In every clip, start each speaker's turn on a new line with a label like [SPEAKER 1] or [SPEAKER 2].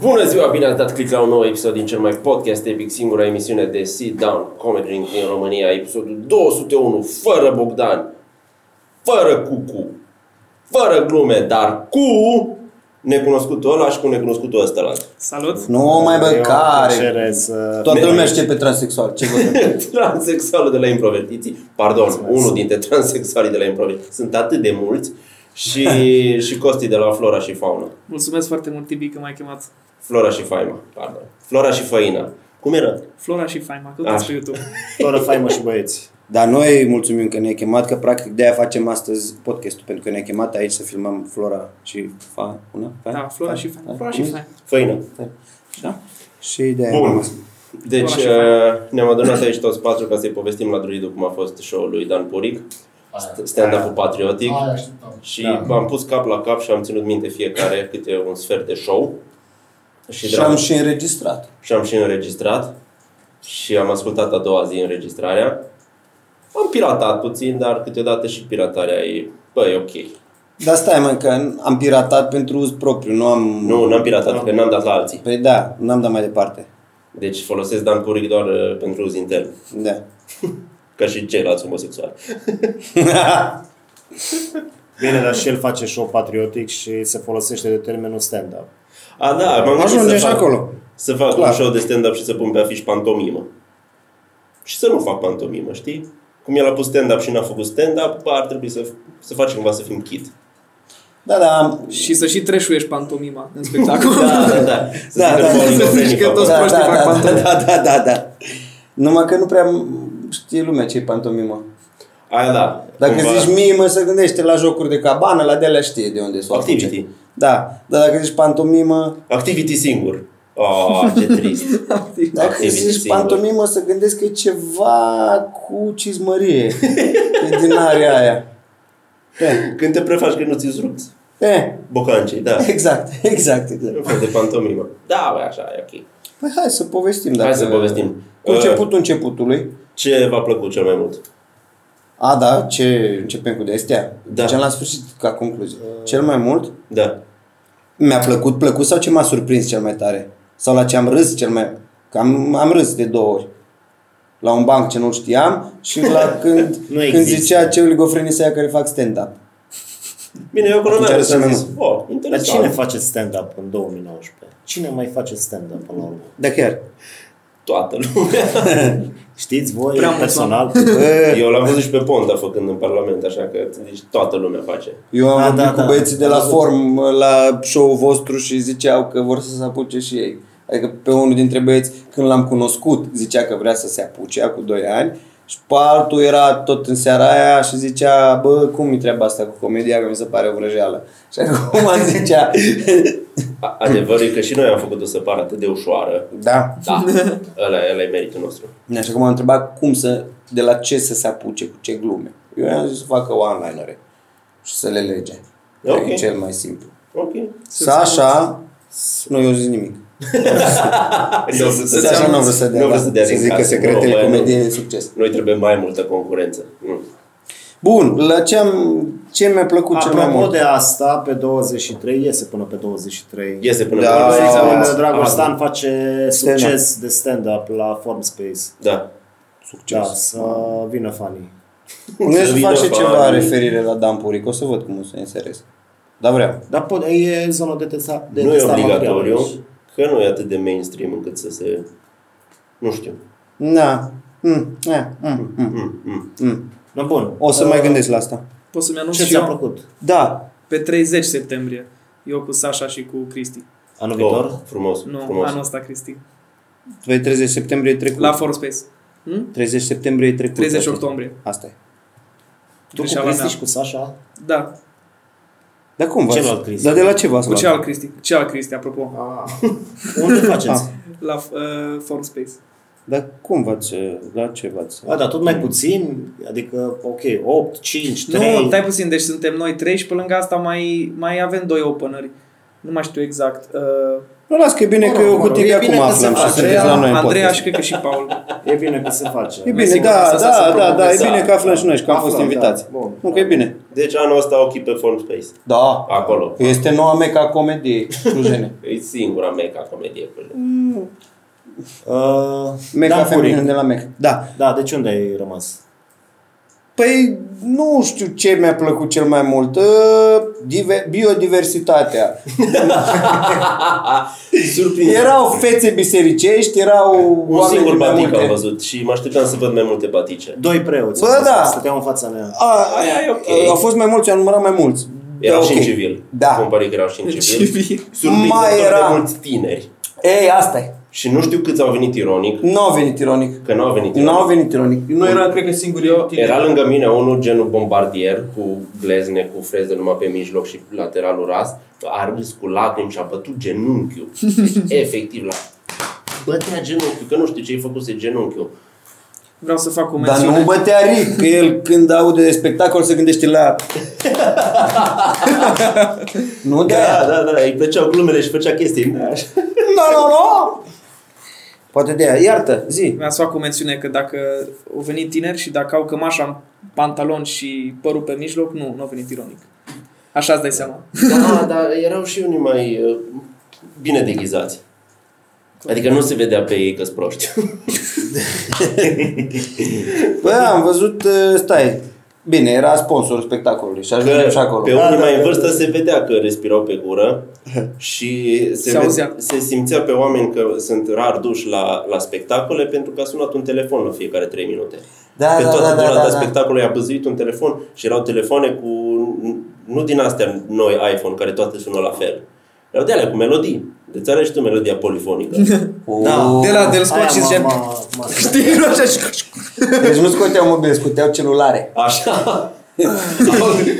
[SPEAKER 1] Bună ziua, bine ați dat click la un nou episod din cel mai podcast epic, singura emisiune de sit down comedy din România, episodul 201, fără Bogdan, fără Cucu, fără glume, dar cu necunoscutul ăla și cu necunoscutul ăsta
[SPEAKER 2] Salut!
[SPEAKER 3] Nu mai bă,
[SPEAKER 2] Eu
[SPEAKER 3] care?
[SPEAKER 2] Cerez, să...
[SPEAKER 3] Toată
[SPEAKER 1] Ne-
[SPEAKER 3] lumea știe pe transexual. Ce vorbim?
[SPEAKER 1] Transexualul de la Improvertiții, pardon, unul dintre transexualii de la Improvertiții, sunt atât de mulți și, și Costi de la Flora și Fauna.
[SPEAKER 2] Mulțumesc foarte mult, Tibi, că m-ai chemat.
[SPEAKER 1] Flora și Faima, pardon. Flora și Făina. Cum era?
[SPEAKER 2] Flora și Faima, căutați
[SPEAKER 1] Așa.
[SPEAKER 2] pe YouTube.
[SPEAKER 4] Fără faimă și băieți.
[SPEAKER 3] Dar noi mulțumim că ne-ai chemat, că practic de-aia facem astăzi podcastul, pentru că ne-ai chemat aici să filmăm Flora și Fa, una? Fa?
[SPEAKER 2] Da, Flora
[SPEAKER 3] Fa?
[SPEAKER 2] și Faima. Flora și Faima.
[SPEAKER 1] Făina.
[SPEAKER 3] Da. Și de-aia
[SPEAKER 1] Bun.
[SPEAKER 3] am rămas.
[SPEAKER 1] Deci
[SPEAKER 2] Orașul
[SPEAKER 1] uh, ne-am adunat aici toți patru ca să-i povestim la Druidu cum a fost show-ul lui Dan Puric, st- stand-up-ul patriotic.
[SPEAKER 5] Aia așteptam.
[SPEAKER 1] Și da. am pus cap la cap și am ținut minte fiecare câte un sfert de show. Și,
[SPEAKER 3] Și am și înregistrat.
[SPEAKER 1] și am și înregistrat. Și am ascultat a doua zi înregistrarea. Am piratat puțin, dar câteodată și piratarea e... Bă, e ok.
[SPEAKER 3] Dar stai mă, că am piratat pentru uz propriu, nu am...
[SPEAKER 1] Nu, n-am piratat, că n-am dat la alții.
[SPEAKER 3] Păi da, n-am dat mai departe.
[SPEAKER 1] Deci folosesc Dan Puric doar uh, pentru uz intern.
[SPEAKER 3] Da.
[SPEAKER 1] Ca și ceilalți homosexuali.
[SPEAKER 4] Bine, dar și el face show patriotic și se folosește de termenul stand-up.
[SPEAKER 1] A, da, m-am gândit
[SPEAKER 3] Ajungem
[SPEAKER 1] să
[SPEAKER 3] și
[SPEAKER 1] fac-
[SPEAKER 3] acolo.
[SPEAKER 1] Să fac
[SPEAKER 3] Clar.
[SPEAKER 1] un show de stand-up și să pun pe afiș pantomimă. Și să nu fac pantomimă, știi? Cum el a pus stand-up și n-a făcut stand-up, bă, ar trebui să, să facem cumva să fim kit.
[SPEAKER 3] Da, da, am...
[SPEAKER 2] Și să și treșuiești pantomima în spectacol.
[SPEAKER 1] Da, da, da. Să
[SPEAKER 3] Da,
[SPEAKER 1] zică
[SPEAKER 3] da,
[SPEAKER 1] Paul
[SPEAKER 2] Să
[SPEAKER 3] da.
[SPEAKER 1] Nicoveni
[SPEAKER 2] zici că
[SPEAKER 1] că
[SPEAKER 2] toți
[SPEAKER 1] a-
[SPEAKER 2] proștii fac
[SPEAKER 3] da, da,
[SPEAKER 2] pantomimă.
[SPEAKER 3] da, da, da, da. Numai că nu prea știe lumea ce e pantomimă.
[SPEAKER 1] Aia da.
[SPEAKER 3] Dacă
[SPEAKER 1] cumva.
[SPEAKER 3] zici mimă, se gândește la jocuri de cabană, la de știe de unde sunt.
[SPEAKER 1] Activity.
[SPEAKER 3] Da, dar dacă zici pantomimă,
[SPEAKER 1] Activity singur. Oh, ce trist.
[SPEAKER 3] dacă
[SPEAKER 1] Activity
[SPEAKER 3] zici
[SPEAKER 1] singur.
[SPEAKER 3] pantomimă, să gândesc că e ceva cu cizmărie. e din area aia. E,
[SPEAKER 1] Când te prefaci că nu ți-ți rupți
[SPEAKER 3] e,
[SPEAKER 1] bocancii, da.
[SPEAKER 3] exact, exact, exact.
[SPEAKER 1] Un fel de pantomimă. Da, băi, așa, e ok.
[SPEAKER 3] Păi hai să povestim. Dacă...
[SPEAKER 1] să povestim. Uh,
[SPEAKER 3] Cu începutul începutului.
[SPEAKER 1] Ce v-a plăcut cel mai mult?
[SPEAKER 3] A, da, ce începem cu destea?
[SPEAKER 1] Da. Uh.
[SPEAKER 3] Cel la sfârșit, ca concluzie. Cel mai mult,
[SPEAKER 1] Da.
[SPEAKER 3] mi-a plăcut, plăcut sau ce m-a surprins cel mai tare? Sau la ce am râs cel mai... Că am, am râs de două ori. La un banc ce nu știam și la când,
[SPEAKER 4] Nu
[SPEAKER 3] când
[SPEAKER 4] există.
[SPEAKER 3] zicea ce oligofrenii aia care fac stand-up.
[SPEAKER 1] Bine, eu acolo
[SPEAKER 3] Atunci
[SPEAKER 1] n-am
[SPEAKER 3] are să
[SPEAKER 1] să
[SPEAKER 3] nu.
[SPEAKER 1] zis. Oh,
[SPEAKER 4] Dar
[SPEAKER 1] interesant.
[SPEAKER 4] cine face stand-up în 2019? Cine mai face stand-up până la urmă?
[SPEAKER 3] Da chiar.
[SPEAKER 1] Toată lumea.
[SPEAKER 4] Știți voi
[SPEAKER 2] Prea mult,
[SPEAKER 4] personal?
[SPEAKER 1] Eu l-am văzut și pe Ponta făcând în Parlament, așa că deci toată lumea face.
[SPEAKER 3] Eu am
[SPEAKER 4] Da,
[SPEAKER 3] vorbit
[SPEAKER 4] da,
[SPEAKER 3] cu
[SPEAKER 4] da.
[SPEAKER 3] băieții de la form la show-ul vostru și ziceau că vor să se apuce și ei. Adică pe unul dintre băieți, când l-am cunoscut, zicea că vrea să se apuce, cu 2 ani, și pe altul era tot în seara aia și zicea, bă, cum mi treaba asta cu comedia, că mi se pare o vrăjeală. Și acum zicea,
[SPEAKER 1] A- Adevărul e că și noi am făcut-o să pară atât de ușoară.
[SPEAKER 3] da.
[SPEAKER 1] Da, ăla, ăla e meritul nostru.
[SPEAKER 3] Ne Așa că m-am întrebat cum să, de la ce să se apuce, cu ce glume. Eu i-am zis să facă one-linere și să le lege.
[SPEAKER 1] Ok.
[SPEAKER 3] E cel mai simplu.
[SPEAKER 1] Ok.
[SPEAKER 3] Să așa, nu i-au zis nimic.
[SPEAKER 1] Nu vrut
[SPEAKER 3] Să așa nu vreau să dea,
[SPEAKER 1] nu vreau
[SPEAKER 3] da.
[SPEAKER 1] să dea
[SPEAKER 3] să
[SPEAKER 1] din
[SPEAKER 3] zic că
[SPEAKER 1] casă, nu,
[SPEAKER 3] secretele
[SPEAKER 1] băi, nu.
[SPEAKER 3] comediei de succes.
[SPEAKER 1] Noi trebuie mai multă concurență. Nu.
[SPEAKER 3] Bun, la ce, am, ce mi-a plăcut cel mai
[SPEAKER 4] Apropo
[SPEAKER 3] mult?
[SPEAKER 4] de asta, pe 23, iese până pe 23.
[SPEAKER 1] Iese până
[SPEAKER 3] Da.
[SPEAKER 1] pe
[SPEAKER 3] Iese
[SPEAKER 1] da.
[SPEAKER 3] până
[SPEAKER 4] Domnul Dragoș Stan exact. face
[SPEAKER 3] Stand-up.
[SPEAKER 4] succes de stand-up la Form Space.
[SPEAKER 1] Da.
[SPEAKER 4] Da, să vină fanii.
[SPEAKER 3] Nu
[SPEAKER 1] Să
[SPEAKER 3] să
[SPEAKER 1] vină
[SPEAKER 3] face ceva
[SPEAKER 1] banii.
[SPEAKER 3] referire la Dan Puric, o să văd cum o să înserez. Dar vreau.
[SPEAKER 4] Dar pot, e zonă de testa, de
[SPEAKER 1] Nu e
[SPEAKER 4] testat
[SPEAKER 1] obligatoriu,
[SPEAKER 4] material.
[SPEAKER 1] că nu e atât de mainstream încât să se... Nu știu.
[SPEAKER 3] Da. Mm, da, mm, mm,
[SPEAKER 1] Mm, mm.
[SPEAKER 3] mm.
[SPEAKER 4] No, bun. Uh,
[SPEAKER 3] O să mai gândesc la asta.
[SPEAKER 2] Pot să-mi anunț
[SPEAKER 4] Ce
[SPEAKER 2] și
[SPEAKER 4] ți-a
[SPEAKER 2] eu
[SPEAKER 4] plăcut?
[SPEAKER 3] Da,
[SPEAKER 2] pe 30 septembrie. Eu cu Sasha și cu Cristi.
[SPEAKER 4] Anul
[SPEAKER 1] Oh,
[SPEAKER 4] viitor?
[SPEAKER 1] frumos,
[SPEAKER 2] Nu,
[SPEAKER 1] frumos.
[SPEAKER 2] anul ăsta Cristi.
[SPEAKER 3] pe 30 Păi, septembrie e trecut.
[SPEAKER 2] La For Space. Hm?
[SPEAKER 3] 30 septembrie e trecut.
[SPEAKER 2] 30
[SPEAKER 3] atunci.
[SPEAKER 2] octombrie.
[SPEAKER 3] Asta e.
[SPEAKER 4] Tu cu
[SPEAKER 2] Greșeala
[SPEAKER 4] Cristi
[SPEAKER 2] mea.
[SPEAKER 4] și cu Sasha?
[SPEAKER 2] Da,
[SPEAKER 3] Dar cum v-ați?
[SPEAKER 4] Celălalt Cristi.
[SPEAKER 3] Dar de la ce v-ați
[SPEAKER 2] cu
[SPEAKER 3] luat?
[SPEAKER 2] ce al Cristi. Ce al Cristi, apropo.
[SPEAKER 4] Unde faceți?
[SPEAKER 3] Ah.
[SPEAKER 2] La uh, Form Space.
[SPEAKER 3] Dar cum v-ați... La ce v-ați...
[SPEAKER 4] A, dar tot mai puțin? Adică, ok, 8, 5, 3...
[SPEAKER 2] Nu, stai puțin, deci suntem noi trei și pe lângă asta mai, mai avem doi openeri. nu mai știu exact. Uh,
[SPEAKER 4] Nu, las că e bine
[SPEAKER 3] Mă
[SPEAKER 4] că
[SPEAKER 3] rog,
[SPEAKER 4] eu
[SPEAKER 3] mă
[SPEAKER 4] cu
[SPEAKER 3] rog,
[SPEAKER 4] tine
[SPEAKER 3] e
[SPEAKER 4] acum
[SPEAKER 3] bine că se
[SPEAKER 4] aflăm și
[SPEAKER 3] face.
[SPEAKER 4] sunteți la noi în
[SPEAKER 2] Andreea
[SPEAKER 4] podcast.
[SPEAKER 2] și cred că și Paul.
[SPEAKER 4] E bine că se face.
[SPEAKER 3] E
[SPEAKER 2] Mai
[SPEAKER 3] bine,
[SPEAKER 2] sigur că
[SPEAKER 3] da,
[SPEAKER 2] asta se
[SPEAKER 3] da, da,
[SPEAKER 2] promovează.
[SPEAKER 3] da, e bine că aflăm și noi și că am
[SPEAKER 4] Aflăm,
[SPEAKER 3] fost
[SPEAKER 4] da.
[SPEAKER 3] invitați.
[SPEAKER 4] Bun.
[SPEAKER 3] Nu că e bine.
[SPEAKER 1] Deci anul ăsta o chip pe Form Space.
[SPEAKER 3] Da.
[SPEAKER 1] Acolo.
[SPEAKER 3] Este noua meca comediei clujene.
[SPEAKER 1] E singura meca comedie. pe lume.
[SPEAKER 4] Uh,
[SPEAKER 3] Meca
[SPEAKER 4] Dan Furic.
[SPEAKER 3] feminină de la meca. Da.
[SPEAKER 4] Da, deci unde ai rămas?
[SPEAKER 3] Păi nu știu ce mi-a plăcut cel mai mult. Uh, dive- biodiversitatea.
[SPEAKER 1] Surprins.
[SPEAKER 3] Erau fețe bisericești, erau
[SPEAKER 1] un
[SPEAKER 3] oameni
[SPEAKER 1] singur
[SPEAKER 3] din mai
[SPEAKER 1] batic am
[SPEAKER 3] multe-
[SPEAKER 1] văzut și mă așteptam să văd mai multe batice.
[SPEAKER 4] Doi preoți.
[SPEAKER 3] Bă, da.
[SPEAKER 4] Stăteau în fața mea.
[SPEAKER 3] A,
[SPEAKER 1] Aia e ok.
[SPEAKER 3] Au fost mai mulți, eu am numărat mai mulți.
[SPEAKER 1] Erau
[SPEAKER 3] Da,
[SPEAKER 1] și
[SPEAKER 3] ok.
[SPEAKER 1] în civil.
[SPEAKER 3] Da.
[SPEAKER 1] Compari că erau și în
[SPEAKER 2] În
[SPEAKER 1] civil.
[SPEAKER 2] civil.
[SPEAKER 1] Surprinzător
[SPEAKER 3] Mai era.
[SPEAKER 1] de mulți tineri.
[SPEAKER 3] Ei, asta e.
[SPEAKER 1] Și nu știu câți au venit ironic,
[SPEAKER 3] Nu au venit ironic.
[SPEAKER 1] că nu au venit
[SPEAKER 3] Nu
[SPEAKER 1] ironic.
[SPEAKER 3] au venit ironic. Nu era, cred că, singurii eu.
[SPEAKER 1] Era lângă mine unul genul bombardier cu glezne, cu freze numai pe mijloc și lateralul ras. A râs cu lacrimi și a bătut genunchiul. Deci, efectiv, la... Bătea genunchiul, că nu știu ce-i făcuse genunchiul.
[SPEAKER 2] Vreau să fac o
[SPEAKER 3] Dar
[SPEAKER 2] mențiune.
[SPEAKER 3] nu bătea rit, că el când aude de spectacol se gândește la... nu de aia.
[SPEAKER 1] da, da, îi plăceau glumele și făcea chestii.
[SPEAKER 3] Da, Nu, nu, nu! Poate de aia. Iartă, zi.
[SPEAKER 2] Vreau să fac o mențiune că dacă au venit tineri și dacă au cămașa, pantalon și părul pe mijloc, nu, nu au venit ironic. Așa îți dai seama.
[SPEAKER 1] Da, dar erau și unii mai uh, bine deghizați. Adică nu se vedea pe ei că sunt proști.
[SPEAKER 3] Bă, am văzut, uh, stai, bine, era sponsorul spectacolului și ajungem și
[SPEAKER 1] Că
[SPEAKER 3] acolo.
[SPEAKER 1] pe
[SPEAKER 4] Da,
[SPEAKER 1] unii
[SPEAKER 4] da,
[SPEAKER 1] mai în
[SPEAKER 4] da,
[SPEAKER 1] vârstă
[SPEAKER 4] da.
[SPEAKER 1] se vedea că respirau pe gură și se,
[SPEAKER 2] Se auzea.
[SPEAKER 1] se simțea pe oameni că sunt rar duși la, la spectacole pentru că a sunat un telefon la fiecare 3 minute.
[SPEAKER 3] Da,
[SPEAKER 1] pe
[SPEAKER 3] da,
[SPEAKER 1] toată
[SPEAKER 3] da, da,
[SPEAKER 1] durata
[SPEAKER 3] da, da.
[SPEAKER 1] spectacolului a băzuit un telefon și erau telefoane cu, nu din astea noi iPhone, care toate sună la fel. Erau de alea cu melodii. Deci are și tu melodia polifonică.
[SPEAKER 4] Da.
[SPEAKER 3] Oh.
[SPEAKER 2] De la Del Scott
[SPEAKER 4] Aia
[SPEAKER 2] și
[SPEAKER 4] m-a-
[SPEAKER 2] gen...
[SPEAKER 4] m-a- m-a-
[SPEAKER 2] Știi, nu așa și...
[SPEAKER 3] Deci nu scoteau mobile, scoteau celulare.
[SPEAKER 1] Așa.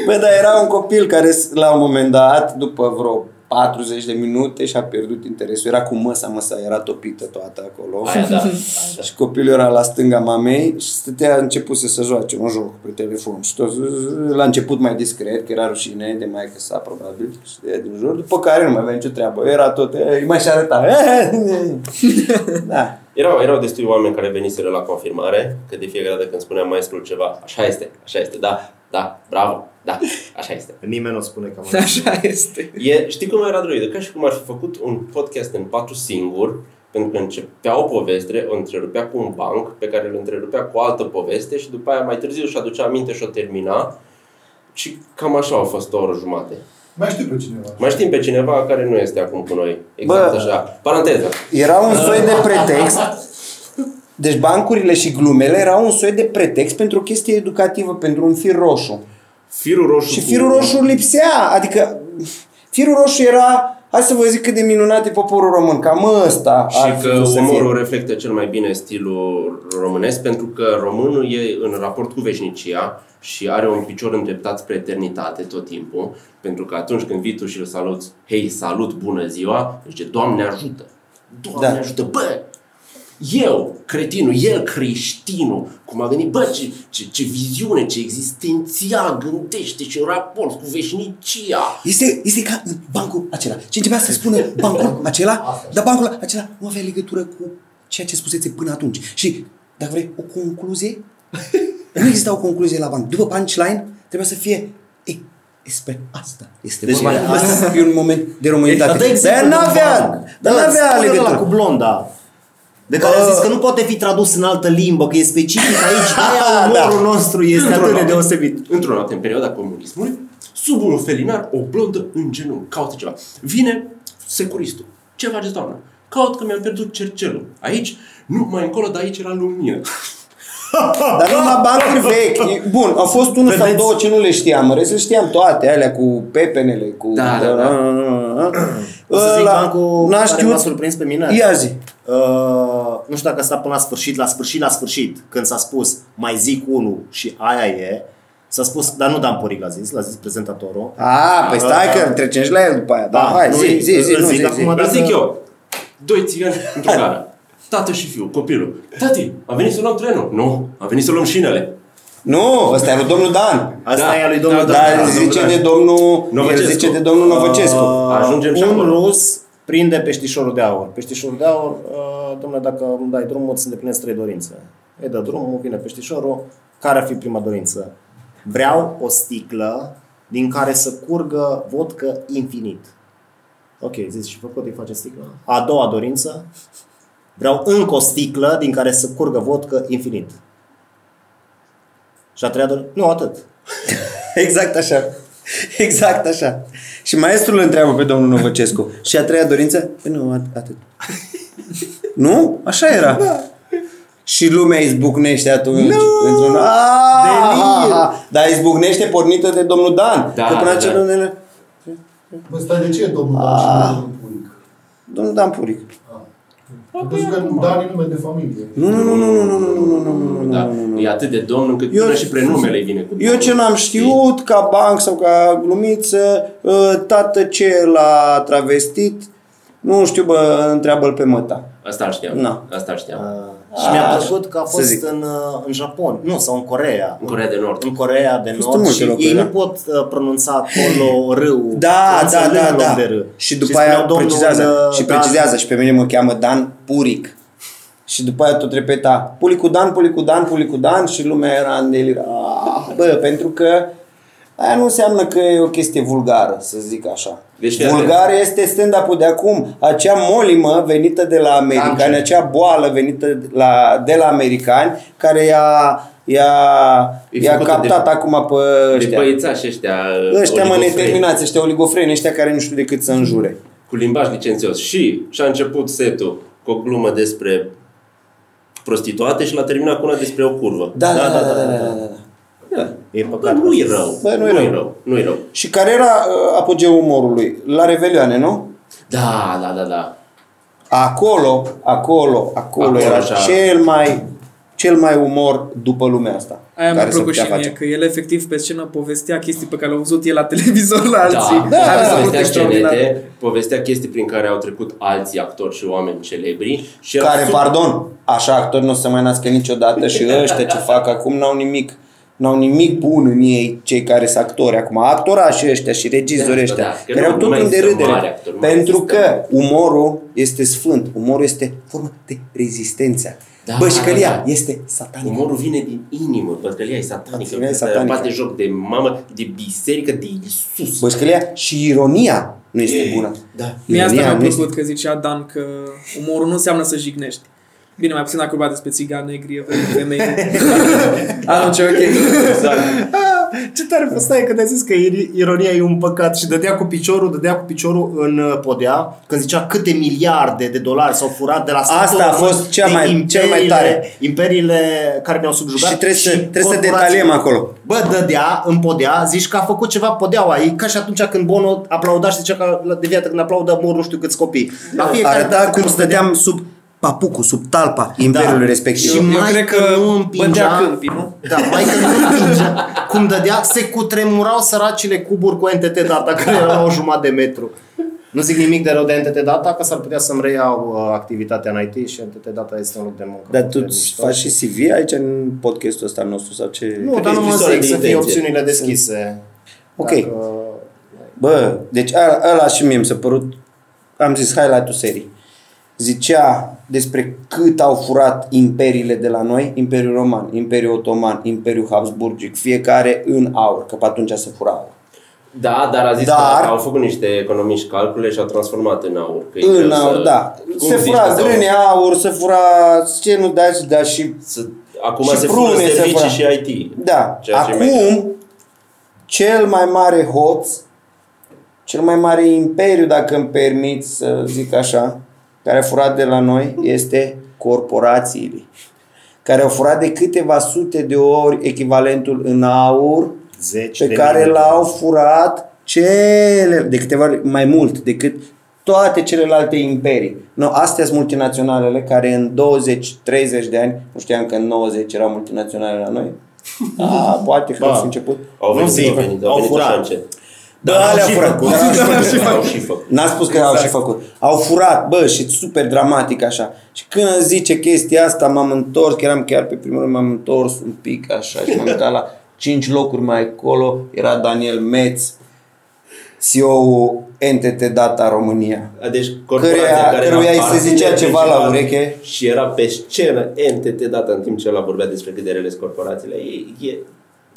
[SPEAKER 3] Bă, dar era un copil care s- la un moment dat, după vreo 40 de minute și-a pierdut interesul. Era cu măsa, măsa era topită toată acolo.
[SPEAKER 1] Aia da.
[SPEAKER 3] Și copilul era la stânga mamei și stătea, a început să se joace un joc pe telefon. Și tot, la început mai discret, că era rușine de mai sa probabil, și de aia din jur, după care nu mai avea nicio treabă. Era tot, "Eh", îi mai și arăta. da.
[SPEAKER 1] Erau, erau destui oameni care veniseră la confirmare, că de fiecare dată când spunea maestrul ceva, așa este, așa este, da, da, bravo, da, așa este.
[SPEAKER 4] Nimeni nu spune că am
[SPEAKER 3] Da.
[SPEAKER 2] Așa este.
[SPEAKER 1] E, știi cum era druidă? Ca și cum ar fi făcut un podcast în patru singur, pentru că începea o poveste, o întrerupea cu un banc, pe care îl întrerupea cu o altă poveste și după aia mai târziu și aducea aminte și o termina. Și cam așa au fost o oră jumate.
[SPEAKER 5] Mai știu pe cineva.
[SPEAKER 1] Mai știm pe cineva care nu este acum cu noi. Exact
[SPEAKER 3] Bă.
[SPEAKER 1] așa. Paranteză.
[SPEAKER 3] Era un soi de pretext. Deci bancurile și glumele erau un soi de pretext pentru o chestie educativă, pentru un fir roșu.
[SPEAKER 1] Firul roșu.
[SPEAKER 3] Și
[SPEAKER 1] cu-
[SPEAKER 3] firul roșu lipsea, adică firul roșu era, hai să vă zic cât de minunat e poporul român, cam ăsta
[SPEAKER 1] Și
[SPEAKER 3] ar fi
[SPEAKER 1] că
[SPEAKER 3] putut să fie.
[SPEAKER 1] umorul reflectă cel mai bine stilul românesc pentru că românul e în raport cu veșnicia și are un picior îndreptat spre eternitate tot timpul, pentru că atunci când vii tu și îl saluți, hei, salut, bună ziua, zice, Doamne ajută! Doamne da.
[SPEAKER 3] Da.
[SPEAKER 1] ajută! Bă! Eu, cretinul, el, creștinul, cum a gândit, bă, ce, ce, ce viziune, ce existențial gândește și în raport cu veșnicia.
[SPEAKER 3] Este, este ca în bancul acela. Și începea să spună bancul acela, dar bancul acela nu avea legătură cu ceea ce spusese până atunci. Și, dacă vrei, o concluzie? nu exista o concluzie la banc. După punchline, trebuia să fie e, despre asta. Este
[SPEAKER 4] Deci
[SPEAKER 3] deci, vorba.
[SPEAKER 4] era-
[SPEAKER 3] Asta e un moment de românitate.
[SPEAKER 4] Dar dă exemplu
[SPEAKER 3] Dar
[SPEAKER 4] de un
[SPEAKER 3] n-avea,
[SPEAKER 4] ban.
[SPEAKER 3] dar n-avea
[SPEAKER 4] spune de
[SPEAKER 3] legătură.
[SPEAKER 4] ăla cu blonda. De care a zis că nu poate fi tradus în altă limbă, că e specific aici. Aia
[SPEAKER 3] Da.
[SPEAKER 4] umorul nostr-u este atât de
[SPEAKER 1] noapte-
[SPEAKER 4] deosebit.
[SPEAKER 1] Într-o noapte, în perioada comunismului, sub un felinar, o blondă în genunchi caută ceva. Vine securistul. Ce faceți, doamnă? Caut că mi-am pierdut cercelul. Aici? Nu, mai încolo, dar aici era lumină.
[SPEAKER 3] Dar numai bancuri vechi. Bun, au fost unul sau
[SPEAKER 4] Da. Vedeți?
[SPEAKER 3] două ce nu le știam. În rest le știam toate, alea cu pepenele, cu...
[SPEAKER 1] Da, da, da.
[SPEAKER 4] O să zic
[SPEAKER 3] Ăla,
[SPEAKER 4] bancul
[SPEAKER 3] n-a
[SPEAKER 4] care
[SPEAKER 3] știut-
[SPEAKER 4] m-a surprins pe mine.
[SPEAKER 3] Ia zi.
[SPEAKER 4] Uh, nu știu dacă s-a până la sfârșit, la sfârșit, la sfârșit, când s-a spus mai zic unul și aia e, s-a spus, dar nu Dan Poric l-a zis, l-a zis prezentatorul.
[SPEAKER 3] A, păi stai că trecem și la el după aia. Da,
[SPEAKER 4] Da,
[SPEAKER 3] hai,
[SPEAKER 4] nu,
[SPEAKER 3] zi, zi, zi,
[SPEAKER 4] îl
[SPEAKER 3] nu,
[SPEAKER 4] zic
[SPEAKER 3] zi,
[SPEAKER 4] acum,
[SPEAKER 3] zi.
[SPEAKER 4] dar-
[SPEAKER 1] Dar zic eu, doi țigani într-o gară. Tată și fiu, copilul. Tati, a venit să luăm trenul. Nu, a venit să luăm șinele.
[SPEAKER 3] Nu, ăsta e al lui domnul Dan.
[SPEAKER 4] Asta
[SPEAKER 1] Da.
[SPEAKER 4] e a lui domnul
[SPEAKER 3] Da,
[SPEAKER 4] Dan.
[SPEAKER 3] el zice de domnul, el
[SPEAKER 1] Novăcescu.
[SPEAKER 3] zice de domnul Novăcescu.
[SPEAKER 4] Uh,
[SPEAKER 1] Ajungem și
[SPEAKER 4] un
[SPEAKER 1] acolo.
[SPEAKER 4] rus prinde peștișorul de aur. Peștișorul de aur, uh, domnule, dacă îmi dai drumul, îți îndeplinesc trei dorințe. Îi dă drumul, vine peștișorul. Care ar fi prima dorință? Vreau o sticlă din care să curgă vodcă infinit. Ok, zici și făcut, îi face sticlă. A doua dorință, vreau încă o sticlă din care să curgă vodcă infinit. Și a treia dorință, nu atât.
[SPEAKER 3] Exact așa. Exact așa. Și maestrul îl întreabă pe domnul Novăcescu. Și a treia dorință? Păi nu, at- atât. nu? Așa era. Și lumea izbucnește atunci. No! Într-un... Ah! Delir! Dar izbucnește pornită de domnul Dan.
[SPEAKER 1] Da,
[SPEAKER 3] că până
[SPEAKER 1] da.
[SPEAKER 3] acel unele...
[SPEAKER 5] Bă, stai, de ce e domnul Dan
[SPEAKER 4] Ah.
[SPEAKER 5] și nu domnul Puric?
[SPEAKER 3] Domnul Dan Puric.
[SPEAKER 5] Am crezut că Dan e nume de familie.
[SPEAKER 3] Nu, nu, nu, nu, nu, nu, nu, nu, nu, nu, nu.
[SPEAKER 1] Da, e atât de domn încât
[SPEAKER 3] Eu-
[SPEAKER 1] până și prenumele vine cu
[SPEAKER 3] Eu ce n-am știut ca banc sau ca glumiță, ă, tată ce l-a travestit, nu știu, bă, întreabă-l pe măta.
[SPEAKER 1] Asta știam.
[SPEAKER 3] Na.
[SPEAKER 1] Asta știam.
[SPEAKER 4] Uh, și mi-a plăcut că a
[SPEAKER 3] să
[SPEAKER 4] fost
[SPEAKER 3] zic.
[SPEAKER 4] în, uh, în Japon, nu, sau în Corea.
[SPEAKER 1] În Corea de Nord.
[SPEAKER 4] În Corea de
[SPEAKER 3] Fost
[SPEAKER 4] Nord
[SPEAKER 3] în
[SPEAKER 4] și
[SPEAKER 3] multe
[SPEAKER 4] ei
[SPEAKER 3] locuri,
[SPEAKER 4] nu
[SPEAKER 3] da.
[SPEAKER 4] pot uh, pronunța acolo râul.
[SPEAKER 3] Da,
[SPEAKER 4] Pronunță
[SPEAKER 3] da,
[SPEAKER 4] râul
[SPEAKER 3] da,
[SPEAKER 4] în
[SPEAKER 3] da.
[SPEAKER 4] loc de râ.
[SPEAKER 3] Și după
[SPEAKER 4] spuneau,
[SPEAKER 3] aia
[SPEAKER 4] domnul,
[SPEAKER 3] precizează.
[SPEAKER 4] uh,
[SPEAKER 3] Și
[SPEAKER 4] Dan,
[SPEAKER 3] precizează. Și pe mine mă cheamă Dan Puric. Și după aia tot repeta, Pulicu Dan, Pulicu Dan, Pulicu Dan și lumea era în delir. Ah, Bă, pentru că aia nu înseamnă că e o chestie vulgară, să zic așa.
[SPEAKER 1] Deci,
[SPEAKER 3] Deci,
[SPEAKER 1] fii
[SPEAKER 3] Vulgar este stand-up-ul de acum. Acea molimă venită de la americani, acea boală venită de la, de la americani, care i-a, i-a,
[SPEAKER 1] E
[SPEAKER 3] i-a
[SPEAKER 1] făcută de-
[SPEAKER 3] captat acum pe
[SPEAKER 1] De
[SPEAKER 3] ăștia.
[SPEAKER 1] băiețași ăștia
[SPEAKER 3] Ăștia mă
[SPEAKER 1] oligofreni,
[SPEAKER 3] neterminați, ăștia oligofreni, ăștia care nu știu decât să înjure.
[SPEAKER 1] Cu limbaj licențios. Și și-a început setul cu o glumă despre prostituate și l-a terminat cu una despre o curvă.
[SPEAKER 3] Da, da, da, da, da, da, da.
[SPEAKER 1] Da.
[SPEAKER 4] E
[SPEAKER 1] Bă,
[SPEAKER 4] păcat.
[SPEAKER 1] nu e rău.
[SPEAKER 3] Bă, nu e rău.
[SPEAKER 1] Nu e rău.
[SPEAKER 3] Și care era uh, apogeul umorului? La Revelioane, nu?
[SPEAKER 1] Da, da, da, da.
[SPEAKER 3] Acolo, acolo, acolo, da.
[SPEAKER 1] Acolo
[SPEAKER 3] era
[SPEAKER 1] așa.
[SPEAKER 3] cel mai cel mai umor după lumea asta.
[SPEAKER 2] Aia mi-a
[SPEAKER 3] care se
[SPEAKER 2] plăcut și
[SPEAKER 3] putea
[SPEAKER 2] mie, că el efectiv pe scenă povestea chestii pe care le-au văzut el la televizor la alții.
[SPEAKER 1] Da,
[SPEAKER 3] Da,
[SPEAKER 1] da,
[SPEAKER 2] Aia mi
[SPEAKER 1] da,
[SPEAKER 2] s-a părut
[SPEAKER 1] povestea
[SPEAKER 2] extraordinar.
[SPEAKER 1] scenete, povestea chestii prin care au trecut alții actori și oameni celebri și era
[SPEAKER 3] Care,
[SPEAKER 1] super-
[SPEAKER 3] pardon, așa actori nu o să mai nască niciodată și ăștia ce fac acum n-au nimic n-au nimic bun în ei cei care sunt actori acum, actorași ăștia și regizori
[SPEAKER 1] Da,
[SPEAKER 3] ăștia,
[SPEAKER 1] da, că
[SPEAKER 3] care
[SPEAKER 1] nu-
[SPEAKER 3] au
[SPEAKER 1] nu
[SPEAKER 3] tot
[SPEAKER 1] mai
[SPEAKER 3] în de
[SPEAKER 1] există
[SPEAKER 3] râdere.
[SPEAKER 1] mari actori, nu mai
[SPEAKER 3] pentru
[SPEAKER 1] există.
[SPEAKER 3] că umorul este sfânt, umorul este formă de rezistență.
[SPEAKER 1] Da,
[SPEAKER 3] Bășcălia
[SPEAKER 1] da, da.
[SPEAKER 3] este satanică.
[SPEAKER 1] Umorul vine din inimă, bătălia e satanică,
[SPEAKER 3] Bătălia e satanică.
[SPEAKER 1] bate joc de mamă, de biserică, de Iisus.
[SPEAKER 3] Bășcălia și ironia nu este bună.
[SPEAKER 1] Da.
[SPEAKER 2] Mie asta
[SPEAKER 3] Ironia
[SPEAKER 2] mi-a
[SPEAKER 3] nu
[SPEAKER 2] plăcut că zicea Dan că umorul nu înseamnă să jignești. Bine, mai puțin dacă vorba despre țigani, negri, evrei, femei.
[SPEAKER 4] Ah,
[SPEAKER 2] Atunci, ok.
[SPEAKER 1] Exact.
[SPEAKER 4] Ce tare fost stai că ne-ai zis că ir- ironia e un păcat și dădea cu piciorul, dădea cu piciorul în uh, podea când zicea câte miliarde de dolari s-au furat de la statul
[SPEAKER 3] Asta a
[SPEAKER 4] român,
[SPEAKER 3] fost cea
[SPEAKER 4] din
[SPEAKER 3] mai- cel mai
[SPEAKER 4] imperiile-
[SPEAKER 3] tare.
[SPEAKER 4] Imperiile care ne-au subjugat
[SPEAKER 3] Și trebuie să- trebuie să
[SPEAKER 4] corporațiile.
[SPEAKER 3] detaliem acolo.
[SPEAKER 4] Bă, dădea în podea, zici că a făcut ceva podeaua, e ca și atunci când Bono aplauda și zicea că la- de viață când aplaudă mor nu știu câți copii. La fiecare
[SPEAKER 3] Arăta
[SPEAKER 4] dată
[SPEAKER 3] cum
[SPEAKER 4] când
[SPEAKER 3] stăteam sub papucul, sub talpa imperiului respectiv.
[SPEAKER 4] Da. Și
[SPEAKER 2] Eu
[SPEAKER 4] mai
[SPEAKER 2] cred
[SPEAKER 4] că,
[SPEAKER 2] că
[SPEAKER 4] nu împingea,
[SPEAKER 2] bătea câmpii, nu?
[SPEAKER 4] Da, mai că nu împingea, cum dădea, se cutremurau săracile cuburi cu NTT Data, care erau la o jumătate de metru. Nu zic nimic de rău de NTT Data, că s-ar putea să-mi reiau uh, activitatea în IT și NTT Data este un loc de muncă.
[SPEAKER 3] Dar
[SPEAKER 4] foarte
[SPEAKER 3] tu
[SPEAKER 4] mișto.
[SPEAKER 3] faci și CV aici în podcastul ăsta al nostru sau ce?
[SPEAKER 4] Nu, dar nu mă
[SPEAKER 1] scrisoare
[SPEAKER 4] zic
[SPEAKER 1] de
[SPEAKER 4] să fie
[SPEAKER 1] intenție.
[SPEAKER 4] opțiunile deschise.
[SPEAKER 3] Ok.
[SPEAKER 4] Dacă-
[SPEAKER 3] Bă, deci ăla, ăla și mie mi s-a părut, am zis highlight-ul serii. Zicea despre cât au furat imperiile de la noi, Imperiul Roman, Imperiul Otoman, Imperiul Habsburgic, fiecare în aur, că pe atunci se fura aur.
[SPEAKER 1] Da, dar a zis
[SPEAKER 3] Dar-
[SPEAKER 1] că au făcut niște economii și calcule și au transformat în aur. Păi Că e greu
[SPEAKER 3] În
[SPEAKER 1] să-
[SPEAKER 3] aur, da.
[SPEAKER 1] Cum
[SPEAKER 3] se
[SPEAKER 1] zici
[SPEAKER 3] fura
[SPEAKER 1] că se-
[SPEAKER 3] grâne aur, se fura scenul de azi, dar și
[SPEAKER 1] să- Acum
[SPEAKER 3] și
[SPEAKER 1] se fură
[SPEAKER 3] prune se fură.
[SPEAKER 1] servicii și IT.
[SPEAKER 3] Da.
[SPEAKER 1] Ceea ce e mai greu.
[SPEAKER 3] Acum, cel mai mare hoț, cel mai mare imperiu, dacă îmi permiți să zic așa, care a furat de la noi, este corporațiile. Care au furat de câteva sute de ori echivalentul în aur
[SPEAKER 4] Zeci
[SPEAKER 3] pe
[SPEAKER 4] de
[SPEAKER 3] care
[SPEAKER 4] mii.
[SPEAKER 3] l-au furat cele, de câteva ori mai mult decât toate celelalte imperii. No, astea sunt multinaționalele care în 20-30 de ani, nu știam că în 90 erau multinaționale la noi, a, Ah, poate că
[SPEAKER 4] Ba.
[SPEAKER 3] au început.
[SPEAKER 1] Au
[SPEAKER 4] Nu
[SPEAKER 1] venit,
[SPEAKER 4] zic,
[SPEAKER 1] au venit,
[SPEAKER 4] au
[SPEAKER 1] au venit
[SPEAKER 4] furat.
[SPEAKER 1] așa încet.
[SPEAKER 3] Bă,
[SPEAKER 4] Dar
[SPEAKER 3] alea
[SPEAKER 4] au și
[SPEAKER 3] furat.
[SPEAKER 4] făcut.
[SPEAKER 3] Dar au și
[SPEAKER 1] Au
[SPEAKER 3] făcut.
[SPEAKER 1] și făcut. Au și făcut. Exact.
[SPEAKER 3] N-a spus că au și făcut. Au furat, bă, și super dramatic așa. Și când îmi zice chestia asta, m-am întors, că eram chiar pe primul rând, m-am întors un pic așa și m-am uitat la cinci locuri mai acolo, era Daniel Metz, CEO NTT Data România.
[SPEAKER 1] Deci corporația
[SPEAKER 3] Căreia-
[SPEAKER 1] care
[SPEAKER 3] căruia
[SPEAKER 1] era
[SPEAKER 3] îi se
[SPEAKER 1] partener
[SPEAKER 3] zicea ceva
[SPEAKER 1] principal
[SPEAKER 3] la ureche.
[SPEAKER 1] Și era pe scenă NTT data în timp ce ăla vorbea despre cât de rele sunt corporațiile. E, e, e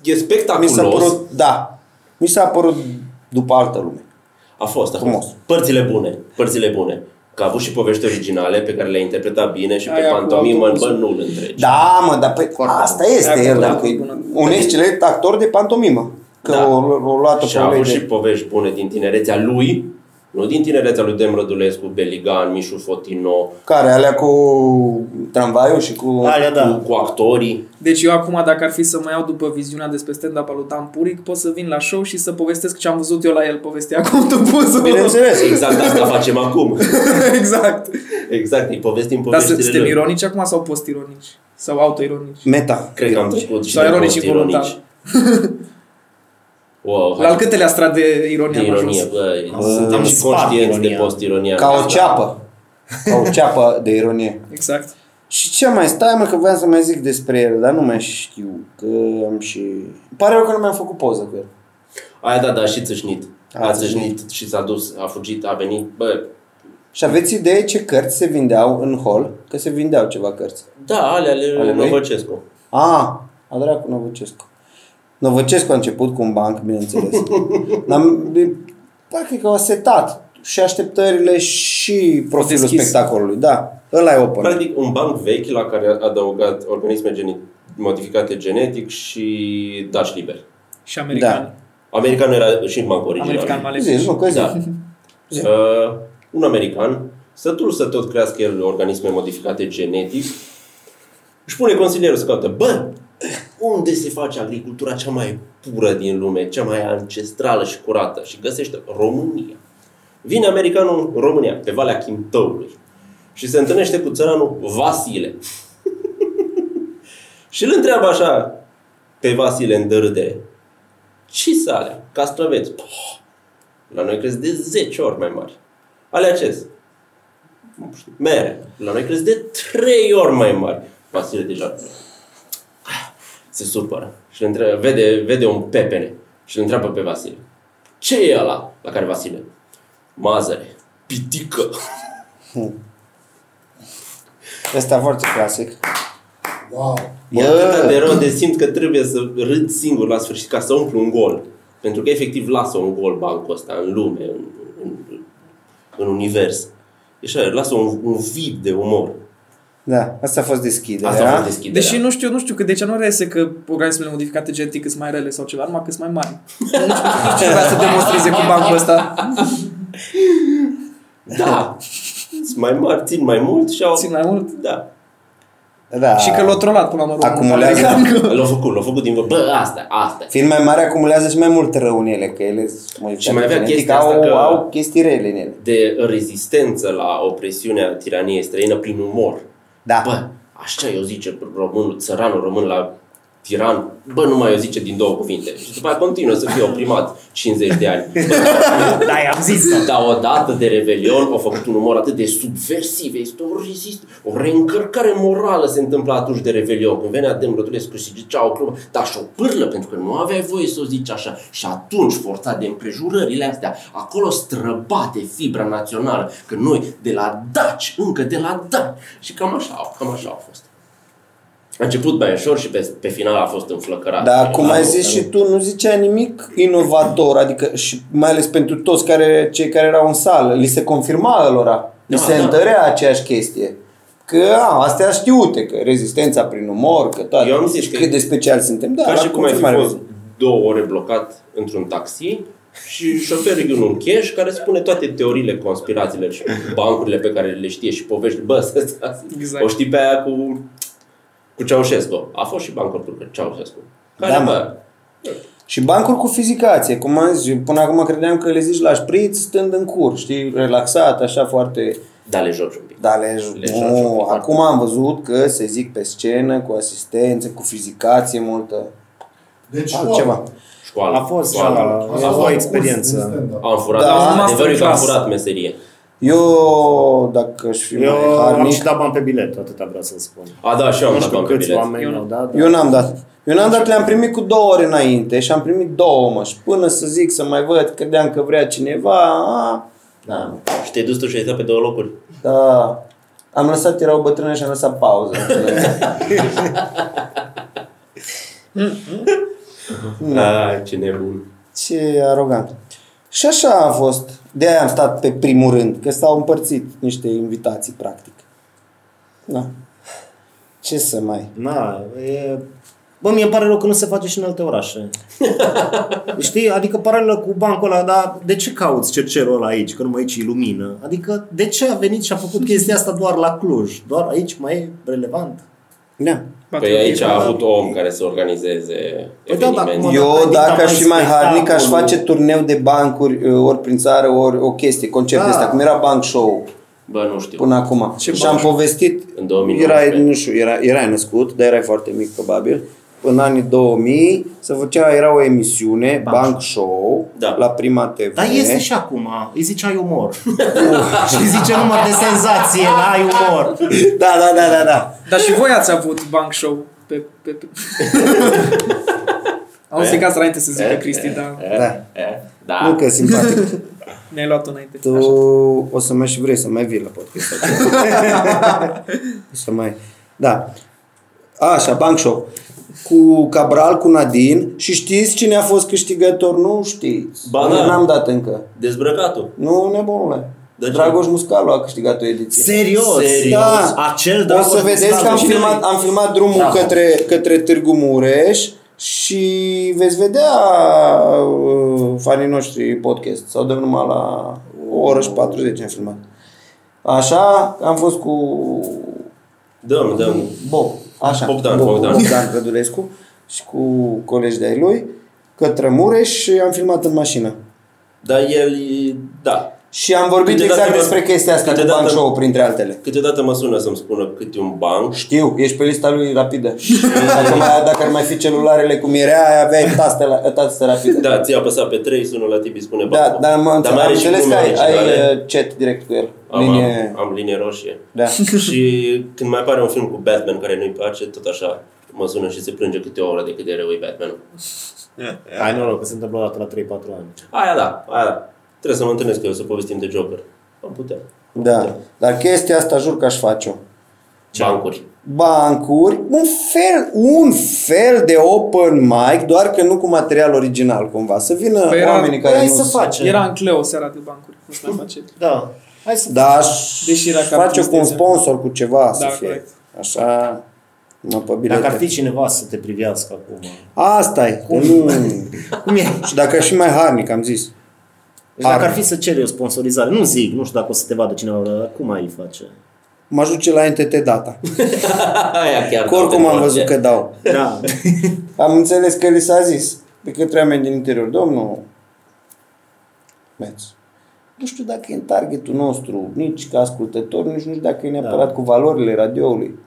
[SPEAKER 3] Mi s-a
[SPEAKER 1] spectaculos.
[SPEAKER 3] părut, da, mi s-a părut după altă lume.
[SPEAKER 1] A fost, a
[SPEAKER 3] Frumos.
[SPEAKER 1] fost. Părțile bune, părțile bune. Că a avut și povești originale pe care le-a interpretat bine și pe
[SPEAKER 2] Aia cu
[SPEAKER 1] pantomimă, bă,
[SPEAKER 2] autobuzul.
[SPEAKER 1] nu-l întregi.
[SPEAKER 3] Da, mă, dar păi,
[SPEAKER 4] Foarte
[SPEAKER 3] asta
[SPEAKER 4] bun.
[SPEAKER 3] este
[SPEAKER 2] Acum,
[SPEAKER 3] el,
[SPEAKER 2] da,
[SPEAKER 3] dacă e
[SPEAKER 2] bună.
[SPEAKER 3] un excelent actor de pantomimă. Că
[SPEAKER 1] Da.
[SPEAKER 3] o, o luat
[SPEAKER 1] Și a avut și povești bune din tinerețea lui, nu din tinerețea lui Dem Rădulescu, Beligan, Mișu Fotino,
[SPEAKER 3] Care? Alea cu tramvaiul și cu...
[SPEAKER 4] Alea,
[SPEAKER 1] cu,
[SPEAKER 4] da.
[SPEAKER 1] cu actorii.
[SPEAKER 2] Deci eu acum, dacă ar fi să mă iau după viziunea despre stand-up al lui Dan Puric, pot să vin la show și să povestesc ce am văzut eu la el povestea cu autobuzul.
[SPEAKER 3] Bineînțeles.
[SPEAKER 1] Exact asta facem acum.
[SPEAKER 2] exact.
[SPEAKER 1] Exact, îi povestim
[SPEAKER 2] Dar sunt-
[SPEAKER 1] poveștile
[SPEAKER 2] suntem
[SPEAKER 1] lui.
[SPEAKER 2] ironici acum sau post-ironici? Sau autoironici?
[SPEAKER 3] Meta.
[SPEAKER 1] Cred că am trecut și
[SPEAKER 2] Sau
[SPEAKER 1] de
[SPEAKER 2] ironici
[SPEAKER 1] post
[SPEAKER 2] involuntar.
[SPEAKER 1] Wow,
[SPEAKER 2] La
[SPEAKER 1] hai,
[SPEAKER 2] al câtelea strat de
[SPEAKER 1] de
[SPEAKER 2] ironie am
[SPEAKER 1] ironie,
[SPEAKER 2] ajuns?
[SPEAKER 1] bă,
[SPEAKER 4] Am
[SPEAKER 1] suntem și
[SPEAKER 4] spart
[SPEAKER 1] conștienți de
[SPEAKER 4] ironia.
[SPEAKER 1] post-ironia.
[SPEAKER 3] Ca o ceapă. Ca o ceapă de ironie.
[SPEAKER 2] Exact.
[SPEAKER 3] Și ce mai stai, mă, că voiam să mai zic despre el, dar nu mai știu că am și... Îmi Pare rău că nu mi-am făcut poză cu el.
[SPEAKER 1] Aia da, da, și țâșnit.
[SPEAKER 3] A
[SPEAKER 1] A țâșnit și s-a dus, a fugit, a venit. Bă,
[SPEAKER 3] Și aveți idee ce cărți se vindeau în hol? Că se vindeau ceva cărți.
[SPEAKER 1] da, alea le
[SPEAKER 3] Ale
[SPEAKER 1] ale
[SPEAKER 3] lui?
[SPEAKER 1] Novăcescu.
[SPEAKER 3] A, a dracu Novăcescu. Novăcescu a început cu un banc, bineînțeles. Dar, e, practic, a setat și așteptările și profilul
[SPEAKER 2] deschis.
[SPEAKER 3] spectacolului. Da, ăla e open.
[SPEAKER 1] Practic un banc vechi la care a adăugat organisme geni- modificate genetic și dași liber.
[SPEAKER 2] Și americani.
[SPEAKER 3] Da.
[SPEAKER 1] American era și în bancul original.
[SPEAKER 2] American mai
[SPEAKER 3] Zi,
[SPEAKER 2] ales.
[SPEAKER 3] nu, că zi.
[SPEAKER 1] Da. Uh, un american, sătul să tot crească el organisme modificate genetic, își pune consilierul să caută, bă, unde se face agricultura cea mai pură din lume, cea mai ancestrală și curată? Și găsește România. Vine americanul în România, pe Valea Chimtăului, și se întâlnește cu țăranul Vasile. și îl întreabă așa pe Vasile în dârdere, ce sale? Castraveți. Poh, la noi cresc de 10 ori mai mari. Alea ce sunt? Nu știu. Mere. La noi cresc de 3 ori mai mari. Vasile deja se supără și îl întreabă, vede, vede un pepene și îl întreabă pe Vasile. Ce e ăla? La care Vasile? Mazăre. Pitică.
[SPEAKER 3] Ăsta foarte clasic.
[SPEAKER 5] Wow.
[SPEAKER 1] E
[SPEAKER 3] Bă.
[SPEAKER 1] atât de rău de simt că trebuie să râd singur la sfârșit ca să umplu un gol. Pentru că efectiv lasă un gol bancul ăsta în lume, în, în, în univers. E așa, lasă un, un vid de umor.
[SPEAKER 3] Da, asta a fost deschiderea.
[SPEAKER 1] Asta a fost deschiderea.
[SPEAKER 2] Deși nu știu, nu știu că de ce nu reiese că organismele modificate genetic sunt mai rele sau ceva, numai că sunt mai mari. nu știu nu știu ce vrea să demonstreze cu bancul ăsta.
[SPEAKER 1] Da. Sunt mai mari, țin mai mult și au...
[SPEAKER 2] Țin mai mult?
[SPEAKER 1] Da.
[SPEAKER 3] Da.
[SPEAKER 2] Și că l-a trolat până la urmă.
[SPEAKER 3] Acumulează.
[SPEAKER 2] American.
[SPEAKER 1] L-au făcut, l-au făcut din vă. Bă, asta, asta. e.
[SPEAKER 3] Fiind mai mare, acumulează și mai mult rău în ele, că ele
[SPEAKER 1] Și mai avea chestia
[SPEAKER 3] au,
[SPEAKER 1] asta că-
[SPEAKER 3] au chestii rele în ele.
[SPEAKER 1] De rezistență la opresiunea tiraniei străină prin umor.
[SPEAKER 3] Da.
[SPEAKER 1] Bă, așa eu zice românul, țăranul român la tiran, bă, nu mai eu zice din două cuvinte. Și după aia continuă să fie oprimat 50 de ani.
[SPEAKER 2] Da, i-am zis.
[SPEAKER 1] Dar odată de Revelion au făcut un umor atât de subversiv, este o rezist, o reîncărcare morală se întâmpla atunci de Revelion, când venea Dem Rădulescu și zicea o glumă, dar și o pârlă, pentru că nu aveai voie să o zici așa. Și atunci, forțat de împrejurările astea, acolo străbate fibra națională, că noi de la Daci, încă de la Daci. Și cam așa, cam așa a fost. A început mai ușor și pe, pe final a fost înflăcărat.
[SPEAKER 3] Dar cum
[SPEAKER 1] La
[SPEAKER 3] ai
[SPEAKER 1] loc,
[SPEAKER 3] zis
[SPEAKER 1] la
[SPEAKER 3] și
[SPEAKER 1] loc.
[SPEAKER 3] tu, nu zicea nimic inovator, adică și mai ales pentru toți care, cei care erau în sală, li se confirma lor, li
[SPEAKER 1] Da,
[SPEAKER 3] se
[SPEAKER 1] da.
[SPEAKER 3] întărea aceeași chestie. Că a, astea știute, că rezistența prin umor, că toate,
[SPEAKER 1] Eu am zis
[SPEAKER 3] și
[SPEAKER 1] că-
[SPEAKER 3] cât de special suntem. Da,
[SPEAKER 1] Ca
[SPEAKER 3] la
[SPEAKER 1] și cum ai fi
[SPEAKER 3] confirmare.
[SPEAKER 1] fost două ore blocat într-un taxi și șoferul e un cash care spune toate teoriile, conspirațiile și bancurile pe care le știe și povești. Bă, să- să-
[SPEAKER 2] Exact.
[SPEAKER 1] o știi pe aia cu, cu Ceaușescu. A fost și bancul cu Ceaușescu. Care,
[SPEAKER 3] Da,
[SPEAKER 1] da,
[SPEAKER 3] mă.
[SPEAKER 1] bă,
[SPEAKER 3] Și bancuri cu fizicație, cum am zis, eu până acum credeam că le zici la șpriț stând în cur, știi, relaxat, așa foarte...
[SPEAKER 1] da, le joci un pic.
[SPEAKER 3] Dar le,
[SPEAKER 1] Le joci un
[SPEAKER 3] nu,
[SPEAKER 1] pic.
[SPEAKER 3] acum am văzut că se zic pe scenă, cu asistență, cu fizicație multă,
[SPEAKER 5] Deci,
[SPEAKER 3] altceva.
[SPEAKER 1] școală.
[SPEAKER 4] A fost
[SPEAKER 1] școală.
[SPEAKER 4] școală. Ah, A
[SPEAKER 5] Asta fost
[SPEAKER 4] fost o
[SPEAKER 5] un curs
[SPEAKER 4] experiență.
[SPEAKER 5] de stand-up.
[SPEAKER 1] Am furat,
[SPEAKER 3] Da,
[SPEAKER 1] da,
[SPEAKER 2] am
[SPEAKER 1] adevărul e că am
[SPEAKER 2] masterclass.
[SPEAKER 1] furat meserie.
[SPEAKER 3] Eu, dacă aș fi
[SPEAKER 4] Eu
[SPEAKER 3] mai
[SPEAKER 4] am
[SPEAKER 3] harnic,
[SPEAKER 4] și dat bani pe bilet, atâta vreau să spun.
[SPEAKER 1] A, da, și eu am
[SPEAKER 4] Nu
[SPEAKER 1] dat
[SPEAKER 4] știu
[SPEAKER 1] bani pe
[SPEAKER 4] câți
[SPEAKER 1] bilet.
[SPEAKER 4] oameni
[SPEAKER 2] Eu nu.
[SPEAKER 4] au dat. dar-
[SPEAKER 3] eu n-am dat. Eu n-am dat, le-am primit cu două ore înainte și am primit două, mă, și până să zic să mai văd, credeam că vrea cineva, a, n-am.
[SPEAKER 1] Și te-ai dus tu și ai stat pe două locuri.
[SPEAKER 3] Da. Am lăsat, erau bătrâne și am lăsat pauză.
[SPEAKER 1] Da, ce nebun.
[SPEAKER 3] Ce arogant. Și așa a fost. De aia am stat pe primul rând, că s-au împărțit niște invitații, practic. Da. Ce să mai...
[SPEAKER 4] Na, e... Bă, mi-e pare rău că nu se face și în alte orașe. Știi? Adică paralelă cu bancul ăla, dar de ce cauți cercerul ăla aici, că numai aici e lumină? Adică de ce a venit și a făcut chestia asta doar la Cluj? Doar aici mai e relevant?
[SPEAKER 3] Da.
[SPEAKER 1] Păi aici a avut om care să organizeze
[SPEAKER 4] Păi da, dar
[SPEAKER 1] evenimente.
[SPEAKER 4] acum-
[SPEAKER 3] Eu,
[SPEAKER 4] dat
[SPEAKER 3] dacă
[SPEAKER 4] adică
[SPEAKER 3] aș fi mai
[SPEAKER 4] mai
[SPEAKER 3] harnic, aș
[SPEAKER 4] spectacolul.
[SPEAKER 3] face turneu de bancuri, uh, ori prin țară, ori o chestie, concert de
[SPEAKER 4] Da.
[SPEAKER 3] ăsta, cum era bank show
[SPEAKER 1] Bă, nu știu.
[SPEAKER 3] până acum.
[SPEAKER 2] Ce
[SPEAKER 3] și am
[SPEAKER 2] banc show?
[SPEAKER 3] povestit,
[SPEAKER 1] În
[SPEAKER 3] erai,
[SPEAKER 1] 2019.
[SPEAKER 3] nu știu, era, erai născut, dar erai foarte mic probabil, în anii 2000 se făcea, era o emisiune, Bank, Show,
[SPEAKER 1] Da.
[SPEAKER 3] la Prima TV.
[SPEAKER 4] Dar este și acum, îi zicea ai umor. și îi zice numai de senzație, la ai umor.
[SPEAKER 3] Da, da, da, da, da.
[SPEAKER 2] Dar și voi ați avut bank show pe... pe, pe... Am zic asta înainte să zică Cristi, dar
[SPEAKER 3] Da.
[SPEAKER 1] Da.
[SPEAKER 3] Nu că e simpatic.
[SPEAKER 2] ne-ai luat înainte.
[SPEAKER 3] tu
[SPEAKER 2] Așa.
[SPEAKER 3] o să mai și vrei să mai vii la podcast. o să mai... Da. Așa, Bank Show. Cu Cabral, cu Nadine și știți cine a fost câștigător? Nu știți.
[SPEAKER 1] Ba
[SPEAKER 3] Eu
[SPEAKER 1] da.
[SPEAKER 3] N-am dat încă.
[SPEAKER 1] Dezbrăcatul.
[SPEAKER 3] Nu, nebunule.
[SPEAKER 1] De ce?
[SPEAKER 3] Dragoș Muscalu a câștigat o ediție.
[SPEAKER 4] Serios?
[SPEAKER 1] Serios?
[SPEAKER 3] Da.
[SPEAKER 4] Acel
[SPEAKER 3] o
[SPEAKER 4] Dragoș
[SPEAKER 3] să vedeți
[SPEAKER 4] Muscalu.
[SPEAKER 3] că am
[SPEAKER 4] Cine
[SPEAKER 3] filmat, am filmat drumul
[SPEAKER 4] Da.
[SPEAKER 3] către, către Târgu Mureș și veți vedea uh, fanii noștri podcast. Sau dăm numai la o oră și 40 am filmat. Așa, am fost cu
[SPEAKER 1] Dăm, dăm.
[SPEAKER 3] Bob. Așa,
[SPEAKER 1] Bogdan,
[SPEAKER 3] Bob,
[SPEAKER 1] Bogdan.
[SPEAKER 3] Bogdan Cădulescu și cu colegi de-ai lui către Mureș și am filmat în mașină.
[SPEAKER 1] Dar el, e- da.
[SPEAKER 3] Și am vorbit
[SPEAKER 1] Câteodată
[SPEAKER 3] exact
[SPEAKER 1] mă-
[SPEAKER 3] despre chestia asta cu
[SPEAKER 1] câteodată-
[SPEAKER 3] Bank Show, printre altele.
[SPEAKER 1] Câteodată mă sună să-mi spună câte un banc.
[SPEAKER 3] Știu, ești pe lista lui rapidă. dacă, mai, dacă ar mai fi celularele cum era, aia aveai taste, la, taste rapide.
[SPEAKER 1] Da, ți-a apăsat pe 3, sună la tipi, spune
[SPEAKER 3] Da,
[SPEAKER 1] banc.
[SPEAKER 3] dar am, am,
[SPEAKER 1] mai
[SPEAKER 3] am
[SPEAKER 1] are și
[SPEAKER 3] înțeles că
[SPEAKER 1] glume
[SPEAKER 3] ai,
[SPEAKER 1] originale.
[SPEAKER 3] ai uh, chat direct cu el.
[SPEAKER 1] Am,
[SPEAKER 3] Linie,
[SPEAKER 1] am, am linie roșie.
[SPEAKER 3] da.
[SPEAKER 1] și când mai apare un film cu Batman care nu-i place, tot așa mă sună și se plânge câte o oră de cât de rău e Batman.
[SPEAKER 4] Ai noroc că se întâmplă o dată la 3-4 ani.
[SPEAKER 1] Aia da, aia da. Trebuie să mă întâlnesc eu să povestim de Joker. Am putea.
[SPEAKER 3] da. Dar chestia asta jur că aș face-o.
[SPEAKER 1] Bancuri.
[SPEAKER 3] Bancuri, un fel, un fel de open mic, doar că nu cu material original cumva. Să vină
[SPEAKER 2] Păi era-
[SPEAKER 3] oamenii
[SPEAKER 4] Păi
[SPEAKER 3] care
[SPEAKER 4] hai
[SPEAKER 3] nu
[SPEAKER 4] să
[SPEAKER 3] sunt-
[SPEAKER 4] facem.
[SPEAKER 2] Era în Cleo seara de bancuri, nu știu mai face.
[SPEAKER 4] Da. Hai să
[SPEAKER 3] Da, aș
[SPEAKER 2] Deși era cam
[SPEAKER 3] face cu un
[SPEAKER 2] tristețe.
[SPEAKER 3] sponsor, cu ceva să
[SPEAKER 2] Da,
[SPEAKER 3] fie.
[SPEAKER 2] corect.
[SPEAKER 3] Așa, mă pe bilete.
[SPEAKER 4] Dacă ar fi cineva să te privească acum.
[SPEAKER 3] Asta e. Cum? Nu.
[SPEAKER 4] Cum e?
[SPEAKER 3] Și dacă aș fi mai harnic, am zis.
[SPEAKER 4] Deci dacă
[SPEAKER 3] Ar-
[SPEAKER 4] ar fi să ceri o sponsorizare, nu zic, nu știu dacă o să te vadă cineva, dar cum ai face?
[SPEAKER 3] Mă duce la NTT Data.
[SPEAKER 1] Aia chiar.
[SPEAKER 3] Că oricum
[SPEAKER 1] da,
[SPEAKER 3] am
[SPEAKER 1] de
[SPEAKER 3] văzut
[SPEAKER 1] orice.
[SPEAKER 3] că dau.
[SPEAKER 4] Da.
[SPEAKER 3] Am înțeles că li s-a zis de către oameni din interior. Domnul Meț, nu știu dacă e în targetul nostru, nici ca ascultător, nici nu știu dacă e neapărat
[SPEAKER 4] Da.
[SPEAKER 3] cu valorile radioului.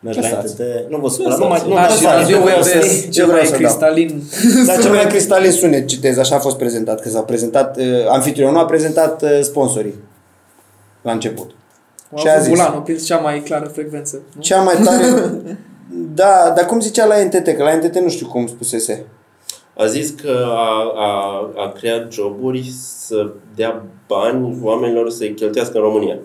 [SPEAKER 4] Mergi
[SPEAKER 3] Ce
[SPEAKER 4] la
[SPEAKER 3] stați?
[SPEAKER 4] NTT. Nu vă supărați, nu mai... Nu,
[SPEAKER 2] Da,
[SPEAKER 3] dar
[SPEAKER 2] și
[SPEAKER 3] sare, eu
[SPEAKER 2] radioul
[SPEAKER 3] vreau să-
[SPEAKER 2] de
[SPEAKER 3] eu
[SPEAKER 2] cel
[SPEAKER 3] vreau
[SPEAKER 2] mai
[SPEAKER 3] să dau.
[SPEAKER 2] cristalin.
[SPEAKER 3] Dar cel Da, mai cristalin sunet, citez, așa a fost prezentat, că s-a prezentat, uh, anfitrionul a prezentat uh, sponsorii la început.
[SPEAKER 2] Ce a zis? Bulanul, prins cea mai clară frecvență. Nu?
[SPEAKER 3] Cea mai tare... da, dar cum zicea la NTT, că la NTT nu știu cum spusese.
[SPEAKER 1] A zis că a, a, a creat joburi să dea bani oamenilor să-i cheltuiască în România.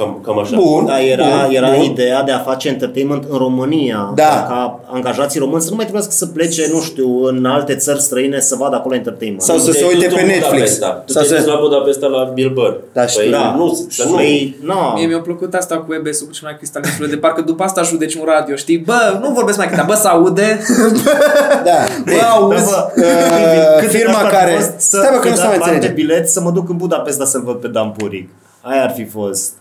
[SPEAKER 1] Cam, cam așa.
[SPEAKER 3] Bun.
[SPEAKER 4] Da, era,
[SPEAKER 3] bun,
[SPEAKER 4] era
[SPEAKER 3] bun.
[SPEAKER 4] ideea de a face entertainment în România,
[SPEAKER 3] Da.
[SPEAKER 4] ca angajații români să nu mai trebuiască să plece, nu știu, în alte țări străine să vadă acolo entertainment.
[SPEAKER 3] Sau să
[SPEAKER 1] Te-ai
[SPEAKER 3] se
[SPEAKER 1] dus
[SPEAKER 3] uite
[SPEAKER 1] în
[SPEAKER 3] pe Netflix.
[SPEAKER 1] Budapesta. Tu
[SPEAKER 3] Sau
[SPEAKER 1] te-ai dus
[SPEAKER 3] să...
[SPEAKER 1] la Budapesta la Bill Burr.
[SPEAKER 3] Da, știu.
[SPEAKER 1] Păi
[SPEAKER 4] da.
[SPEAKER 1] Nu, să nu.
[SPEAKER 4] Păi, na.
[SPEAKER 2] Mie mi-a plăcut asta cu EBS-ul cu cel mai cristalin sunet, de parcă după asta judeci un radio, știi? Bă, nu vorbesc mai cât, bă, se aude.
[SPEAKER 3] Da. Bă, auzi,
[SPEAKER 4] Bă,
[SPEAKER 3] uh,
[SPEAKER 4] cât de
[SPEAKER 3] firma
[SPEAKER 4] nașpa ar fi
[SPEAKER 3] care...
[SPEAKER 4] fost să
[SPEAKER 3] Stai bă, că nu
[SPEAKER 4] fi
[SPEAKER 3] se mai
[SPEAKER 4] dat bani de
[SPEAKER 3] înțelege.
[SPEAKER 4] bilet să mă duc în Budapesta să-l văd pe Dan Puric. Aia ar fi fost.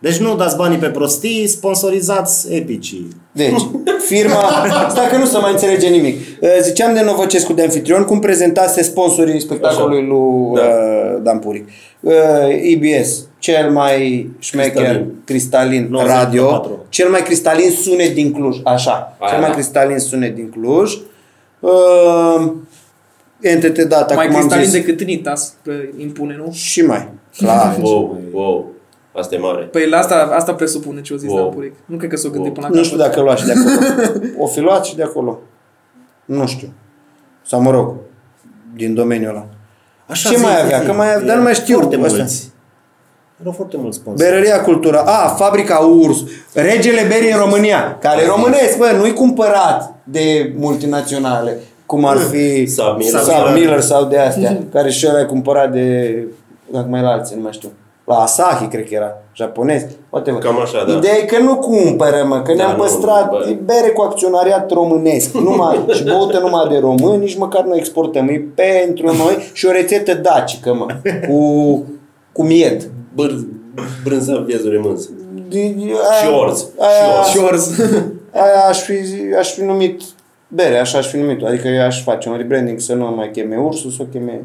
[SPEAKER 4] Deci nu dați banii pe prostii, sponsorizați epicii.
[SPEAKER 3] Deci, firma... Stai că nu se mai înțelege nimic. Uh, Ziceam de Novăcescu de Anfitrion cum prezentase sponsorii spectacolului lui
[SPEAKER 1] Da.
[SPEAKER 3] uh, Dan Puric. Uh, EBS, cel mai șmecher,
[SPEAKER 1] Cristalin.
[SPEAKER 3] cristalin
[SPEAKER 4] 94.
[SPEAKER 3] radio, cel mai cristalin sunet din Cluj, așa.
[SPEAKER 1] Aia,
[SPEAKER 3] Cel mai
[SPEAKER 1] da.
[SPEAKER 3] cristalin sunet din Cluj. Uh, NTT data,
[SPEAKER 2] mai
[SPEAKER 3] cum am
[SPEAKER 2] cristalin
[SPEAKER 3] zis.
[SPEAKER 2] decât Nitas că impune, nu?
[SPEAKER 3] Și mai. Clar.
[SPEAKER 1] Wow, wow. Asta e mare.
[SPEAKER 2] Păi la asta, asta presupune ce o zis
[SPEAKER 1] Wow.
[SPEAKER 2] wow. Puric. Nu cred că s-o gândit
[SPEAKER 1] Wow.
[SPEAKER 2] până la
[SPEAKER 3] nu știu dacă lua și de acolo. O fi luat și de acolo. Nu știu. Sau mă rog, din domeniul ăla. Așa Ce
[SPEAKER 4] zic,
[SPEAKER 3] mai avea?
[SPEAKER 4] zic.
[SPEAKER 3] Că mai avea, dar nu mai știu.
[SPEAKER 4] Foarte
[SPEAKER 3] Asta.
[SPEAKER 4] mulți. Erau foarte mulți sponsori.
[SPEAKER 3] Berăria Cultura. A, Fabrica Urs. Regele Berii în România. Care e românesc, bă, nu-i cumpărat de multinaționale. Cum ar fi
[SPEAKER 1] Sub Miller.
[SPEAKER 3] Sub Miller sau de astea. care și ăla e cumpărat de... Dacă mai la alții, nu mai știu. La Asahi, cred că era. Japonez. Poate vă.
[SPEAKER 1] Cam așa, da.
[SPEAKER 3] Ideea e că nu cumpără, mă, că ne-am
[SPEAKER 1] nu,
[SPEAKER 3] păstrat
[SPEAKER 1] bă.
[SPEAKER 3] bere cu acționariat românesc. Numai, și băută numai de români, nici măcar nu exportăm. E pentru noi și o rețetă dacică, mă. Cu, cu mied.
[SPEAKER 1] Bâr, brânza viezului mânz.
[SPEAKER 3] Și
[SPEAKER 1] Și orz. Și
[SPEAKER 3] Aia,
[SPEAKER 1] orz.
[SPEAKER 2] Și orz.
[SPEAKER 3] aia aș, fi, aș fi numit bere, așa aș fi numit Adică eu aș face un rebranding să nu mai cheme ursul, să o cheme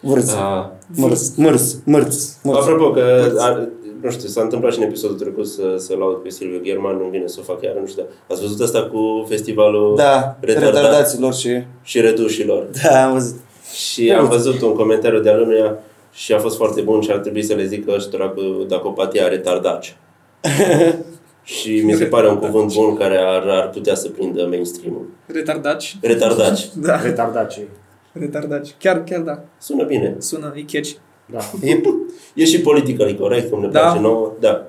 [SPEAKER 3] vârț.
[SPEAKER 1] Ah.
[SPEAKER 3] Mârț, mârț, mârț, mârț.
[SPEAKER 1] Apropo că,
[SPEAKER 3] Păi-
[SPEAKER 1] ar, nu știu, s-a întâmplat și în episodul trecut să, să laud pe Silviu German, nu vine să o fac iar, nu știu, dar ați văzut asta cu festivalul
[SPEAKER 3] Da,
[SPEAKER 1] retardat
[SPEAKER 3] retardaților și...
[SPEAKER 1] și redușilor.
[SPEAKER 3] Da, am văzut.
[SPEAKER 1] Și am văzut un comentariu de-a lumea și a fost foarte bun și ar trebui să le zic ăștia că dacă o patia retardaci. și mi se pare un cuvânt bun care ar, ar putea să prindă mainstream-ul.
[SPEAKER 2] Retardaci.
[SPEAKER 1] Retardaci.
[SPEAKER 2] Da,
[SPEAKER 4] Retardacii.
[SPEAKER 2] retardaci. Chiar, chiar da.
[SPEAKER 1] Sună bine.
[SPEAKER 2] Sună, e catchy.
[SPEAKER 4] Da.
[SPEAKER 3] E,
[SPEAKER 1] E și politically corect, cum ne
[SPEAKER 2] Da.
[SPEAKER 1] place nouă. Da.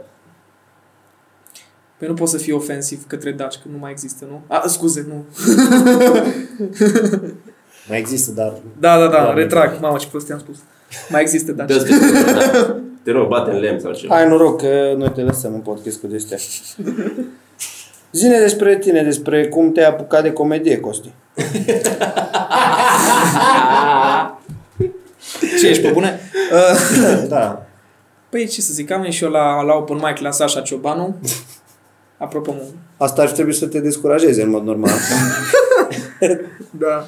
[SPEAKER 2] Păi nu poți să fii ofensiv către daci, că nu mai există, nu? A, scuze, nu.
[SPEAKER 4] Mai există, dar
[SPEAKER 2] Da, da, da,
[SPEAKER 4] Da,
[SPEAKER 2] retrag. Mamă, ce prostie am spus. Mai există daci.
[SPEAKER 1] Dă-ți pe- da. Te rog, bate în lemn sau ceva.
[SPEAKER 3] Ai noroc că noi te lăsăm în podcast cu destea. Zine despre tine, despre cum te-ai apucat de comedie, Costi.
[SPEAKER 2] Ce ești, pe bune? Uh,
[SPEAKER 4] da.
[SPEAKER 2] păi ce să zic, am ieșit eu la, la open mic la Sasha Ciobanu. Apropo, mă.
[SPEAKER 3] Asta ar trebui să te descurajeze în mod normal.
[SPEAKER 2] Da.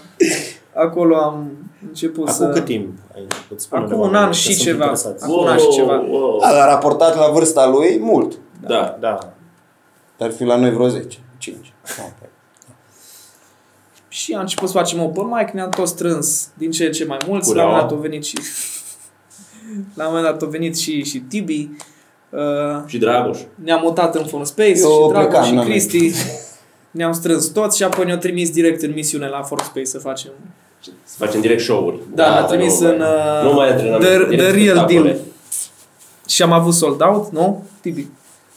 [SPEAKER 2] Acolo am început să...
[SPEAKER 4] Acum cât timp ai început? Spune
[SPEAKER 2] Acum
[SPEAKER 4] oamenilor
[SPEAKER 2] un an
[SPEAKER 4] că
[SPEAKER 2] și
[SPEAKER 4] sunt
[SPEAKER 2] ceva.
[SPEAKER 4] interesați.
[SPEAKER 2] Acum un an și ceva.
[SPEAKER 1] wow.
[SPEAKER 3] A, dar raportat la vârsta lui, mult.
[SPEAKER 1] Da.
[SPEAKER 4] Da.
[SPEAKER 3] Ar fi la noi vreo 10, 5.
[SPEAKER 2] Și am început să facem open mic, ne-am tot strâns din ce în ce mai mulți. La
[SPEAKER 1] Cureaua.
[SPEAKER 2] un moment dat au venit și... la un moment dat au venit și, și Tibi. Uh,
[SPEAKER 1] Și Dragoș.
[SPEAKER 2] ne-am mutat în Fun Space
[SPEAKER 3] Eu
[SPEAKER 2] și Dragoș
[SPEAKER 3] plecam,
[SPEAKER 2] și
[SPEAKER 3] n-am
[SPEAKER 2] Cristi. Ne-am strâns toți și apoi ne-au trimis direct în misiune la Fun Space să facem.
[SPEAKER 1] Să facem direct show-uri.
[SPEAKER 2] Da, ne-a trimis
[SPEAKER 1] nu,
[SPEAKER 2] în, uh,
[SPEAKER 1] Nu mai antrenament.
[SPEAKER 2] The-
[SPEAKER 1] direct
[SPEAKER 2] The Real
[SPEAKER 1] spectacole.
[SPEAKER 2] Deal. Și am avut sold out, nu? Tibi.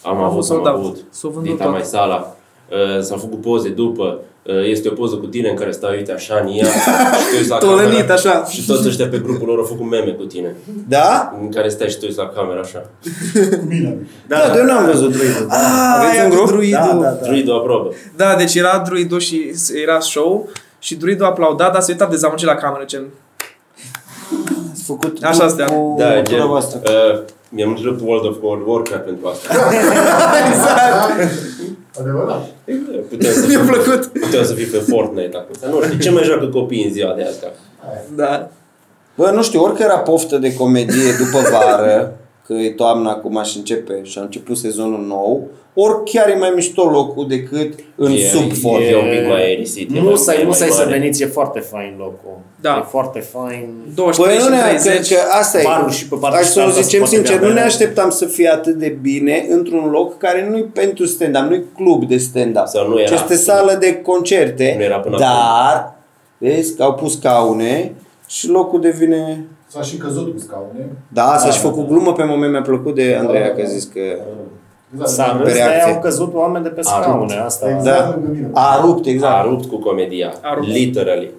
[SPEAKER 1] Am
[SPEAKER 2] Am
[SPEAKER 1] avut,
[SPEAKER 2] fost
[SPEAKER 1] am
[SPEAKER 2] soldat.
[SPEAKER 1] avut.
[SPEAKER 2] S-au vândut
[SPEAKER 1] Dita
[SPEAKER 2] toate.
[SPEAKER 1] mai sala. Uh, S-au făcut poze după. Uh, Este o poză cu tine în care stai, uite, așa, în ea. și te uiți la
[SPEAKER 2] Tolănit,
[SPEAKER 1] cameră.
[SPEAKER 2] așa.
[SPEAKER 1] Și toți ăștia pe grupul lor au făcut meme cu tine.
[SPEAKER 3] Da?
[SPEAKER 1] În care stai și te uiți la cameră, așa.
[SPEAKER 5] Cu mine.
[SPEAKER 3] Da, dar eu n-am văzut.
[SPEAKER 4] druidul.
[SPEAKER 3] A, Aveți un grup?
[SPEAKER 2] Druidul.
[SPEAKER 4] Da, da, da.
[SPEAKER 1] Druidul aprobă.
[SPEAKER 2] Da, deci era druidul și era show și druidul aplauda, dar se uita dezamăgit la cameră, gen...
[SPEAKER 3] Ați făcut
[SPEAKER 2] Așa
[SPEAKER 3] grup
[SPEAKER 2] stea.
[SPEAKER 3] cu
[SPEAKER 1] Da,
[SPEAKER 3] cultura
[SPEAKER 1] gen,
[SPEAKER 3] voastră.
[SPEAKER 1] uh, mi-am întrebat World of World Warcraft pentru asta.
[SPEAKER 5] Adevărat.
[SPEAKER 1] Putem să
[SPEAKER 2] Mi-a plăcut.
[SPEAKER 1] Putem să fii pe Fortnite acum. Dar Nu știu, ce mai joacă copiii în ziua de azi? ca?
[SPEAKER 2] Da.
[SPEAKER 3] Bă, nu știu, orică era poftă de comedie după vară, că e toamna acum și începe și a început sezonul nou, ori chiar e mai mișto locul decât în
[SPEAKER 1] E-
[SPEAKER 3] sub formă.
[SPEAKER 1] E un pic mai aerisit. e
[SPEAKER 4] Nu
[SPEAKER 1] mai- e
[SPEAKER 4] sai, nu
[SPEAKER 1] mai
[SPEAKER 4] sai să
[SPEAKER 1] mare.
[SPEAKER 4] veniți, e foarte fain locul.
[SPEAKER 2] Da.
[SPEAKER 4] E foarte fain.
[SPEAKER 2] 23
[SPEAKER 3] Păi nu
[SPEAKER 2] și
[SPEAKER 3] ne cred
[SPEAKER 2] 30.
[SPEAKER 3] că asta e.
[SPEAKER 4] Barul și pe barul
[SPEAKER 3] Hai
[SPEAKER 4] și
[SPEAKER 3] să o
[SPEAKER 4] standa
[SPEAKER 3] zicem
[SPEAKER 4] se poate
[SPEAKER 3] sincer,
[SPEAKER 4] bea
[SPEAKER 3] nu ne
[SPEAKER 4] bere.
[SPEAKER 3] așteptam să fie atât de bine într-un loc care nu-i pentru stand-up, nu-i club de stand-up.
[SPEAKER 1] Sau nu era.
[SPEAKER 3] ci este sală de concerte,
[SPEAKER 1] Nu era până
[SPEAKER 3] dar vezi că au pus caune și locul devine...
[SPEAKER 5] S-a și căzut cu scaune.
[SPEAKER 3] Da, s-a
[SPEAKER 4] Da,
[SPEAKER 3] și
[SPEAKER 4] da,
[SPEAKER 3] făcut glumă pe moment, mi-a plăcut de Andreea că a zis că...
[SPEAKER 4] S-a
[SPEAKER 5] Exact.
[SPEAKER 4] râs, dar
[SPEAKER 3] Da. reacție.
[SPEAKER 4] au căzut oameni de pe scaune. Asta.
[SPEAKER 5] Exact
[SPEAKER 3] Da.
[SPEAKER 5] lângă mine.
[SPEAKER 3] A rupt, exact.
[SPEAKER 1] A rupt cu comedia.
[SPEAKER 2] A rupt.
[SPEAKER 1] Literally.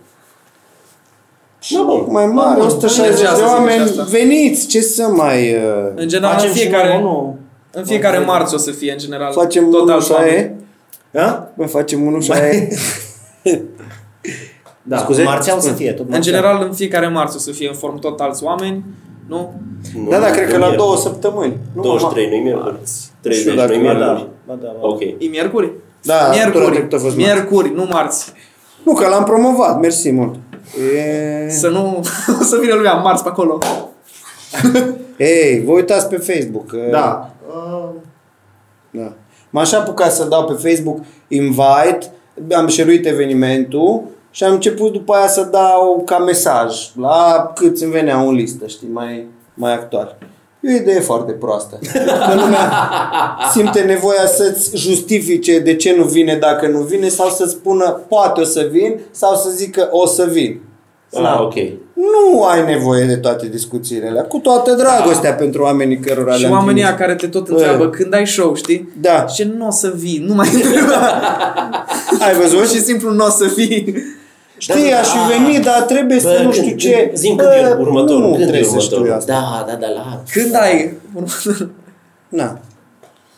[SPEAKER 3] Și mai mare, 160
[SPEAKER 2] Mergea să
[SPEAKER 3] de
[SPEAKER 2] zică și
[SPEAKER 3] oameni,
[SPEAKER 2] asta. Păi,
[SPEAKER 3] veniți, ce să mai... uh,
[SPEAKER 2] În general,
[SPEAKER 4] Facem
[SPEAKER 2] în
[SPEAKER 4] și
[SPEAKER 2] Da, fiecare,
[SPEAKER 4] noi unul.
[SPEAKER 2] în fiecare marți o să fie, în general.
[SPEAKER 3] Facem
[SPEAKER 2] tot
[SPEAKER 3] unul
[SPEAKER 2] alți
[SPEAKER 3] și
[SPEAKER 2] oameni.
[SPEAKER 3] aia
[SPEAKER 4] Ha?
[SPEAKER 3] Bă, facem unul și aia
[SPEAKER 4] Da,
[SPEAKER 3] Scuze?
[SPEAKER 4] marțea o să fie. Tot
[SPEAKER 2] În
[SPEAKER 4] marțea.
[SPEAKER 2] general, în fiecare marți o să fie în form tot alți oameni, nu?
[SPEAKER 1] Nu,
[SPEAKER 3] Da, da,
[SPEAKER 1] nu,
[SPEAKER 3] cred că
[SPEAKER 1] nu
[SPEAKER 3] la
[SPEAKER 1] e.
[SPEAKER 3] două săptămâni. Nu,
[SPEAKER 1] 23, nu-i miercuri. 30,
[SPEAKER 3] dacă
[SPEAKER 1] nu-i
[SPEAKER 3] mai
[SPEAKER 1] miercuri.
[SPEAKER 4] Ba da, ba da.
[SPEAKER 1] Ok.
[SPEAKER 2] E miercuri?
[SPEAKER 3] Da, săptămâna
[SPEAKER 2] miercuri,
[SPEAKER 3] trecută a fost marți.
[SPEAKER 2] miercuri, nu marți.
[SPEAKER 3] Nu, că l-am promovat, mersi mult. E...
[SPEAKER 2] Să nu, o să vină lumea marți pe acolo.
[SPEAKER 3] Ei, vă uitați pe Facebook. că-
[SPEAKER 4] Da. Uh,
[SPEAKER 3] da. M-aș apuca să dau pe Facebook invite, am șeruit evenimentul, Și am început după aia să dau ca mesaj la cât îmi venea în listă, știi, mai, mai actual. E o idee foarte proastă. Că lumea simte nevoia să-ți justifice de ce nu vine dacă nu vine sau să spună poate o să vin sau să zică o să vin.
[SPEAKER 1] Ah, ok.
[SPEAKER 3] Da. Nu ai nevoie de toate discuțiile alea. Cu toată dragostea da. pentru oamenii cărora
[SPEAKER 2] Și
[SPEAKER 3] le-am
[SPEAKER 2] oamenii
[SPEAKER 3] trimis.
[SPEAKER 2] aia care te tot întreabă
[SPEAKER 3] Bă.
[SPEAKER 2] când ai show, știi?
[SPEAKER 3] Da.
[SPEAKER 2] Și nu o să vii, nu mai întreba.
[SPEAKER 3] Ai
[SPEAKER 2] Pur
[SPEAKER 3] văzut?
[SPEAKER 2] și simplu nu o să vii.
[SPEAKER 3] Știi,
[SPEAKER 1] Da,
[SPEAKER 3] aș
[SPEAKER 1] da.
[SPEAKER 3] fi venit, dar trebuie
[SPEAKER 1] Bă,
[SPEAKER 3] să nu
[SPEAKER 1] când-
[SPEAKER 3] știu ce.
[SPEAKER 1] Zim
[SPEAKER 3] Bă,
[SPEAKER 1] când e următorul.
[SPEAKER 3] Nu
[SPEAKER 1] când
[SPEAKER 3] trebuie
[SPEAKER 1] e
[SPEAKER 3] să știu
[SPEAKER 1] următorul.
[SPEAKER 3] asta.
[SPEAKER 1] Da, da, da, la...
[SPEAKER 2] Când ai?
[SPEAKER 3] Na.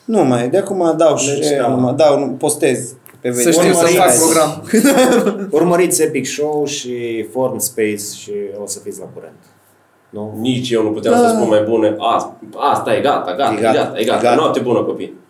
[SPEAKER 3] Nu mai, e, de acum dau și
[SPEAKER 4] Deci, da.
[SPEAKER 3] acum dau, nu, postez. Pe
[SPEAKER 2] Să știu să
[SPEAKER 4] Urmăriți.
[SPEAKER 2] fac program.
[SPEAKER 4] Urmăriți Epic Show și Form Space și o să fiți la curent. Nu?
[SPEAKER 1] Nici eu nu puteam da. să spun mai bune. Asta, asta e gata, gata, e gata, e gata. E gata. Noapte bună, copii.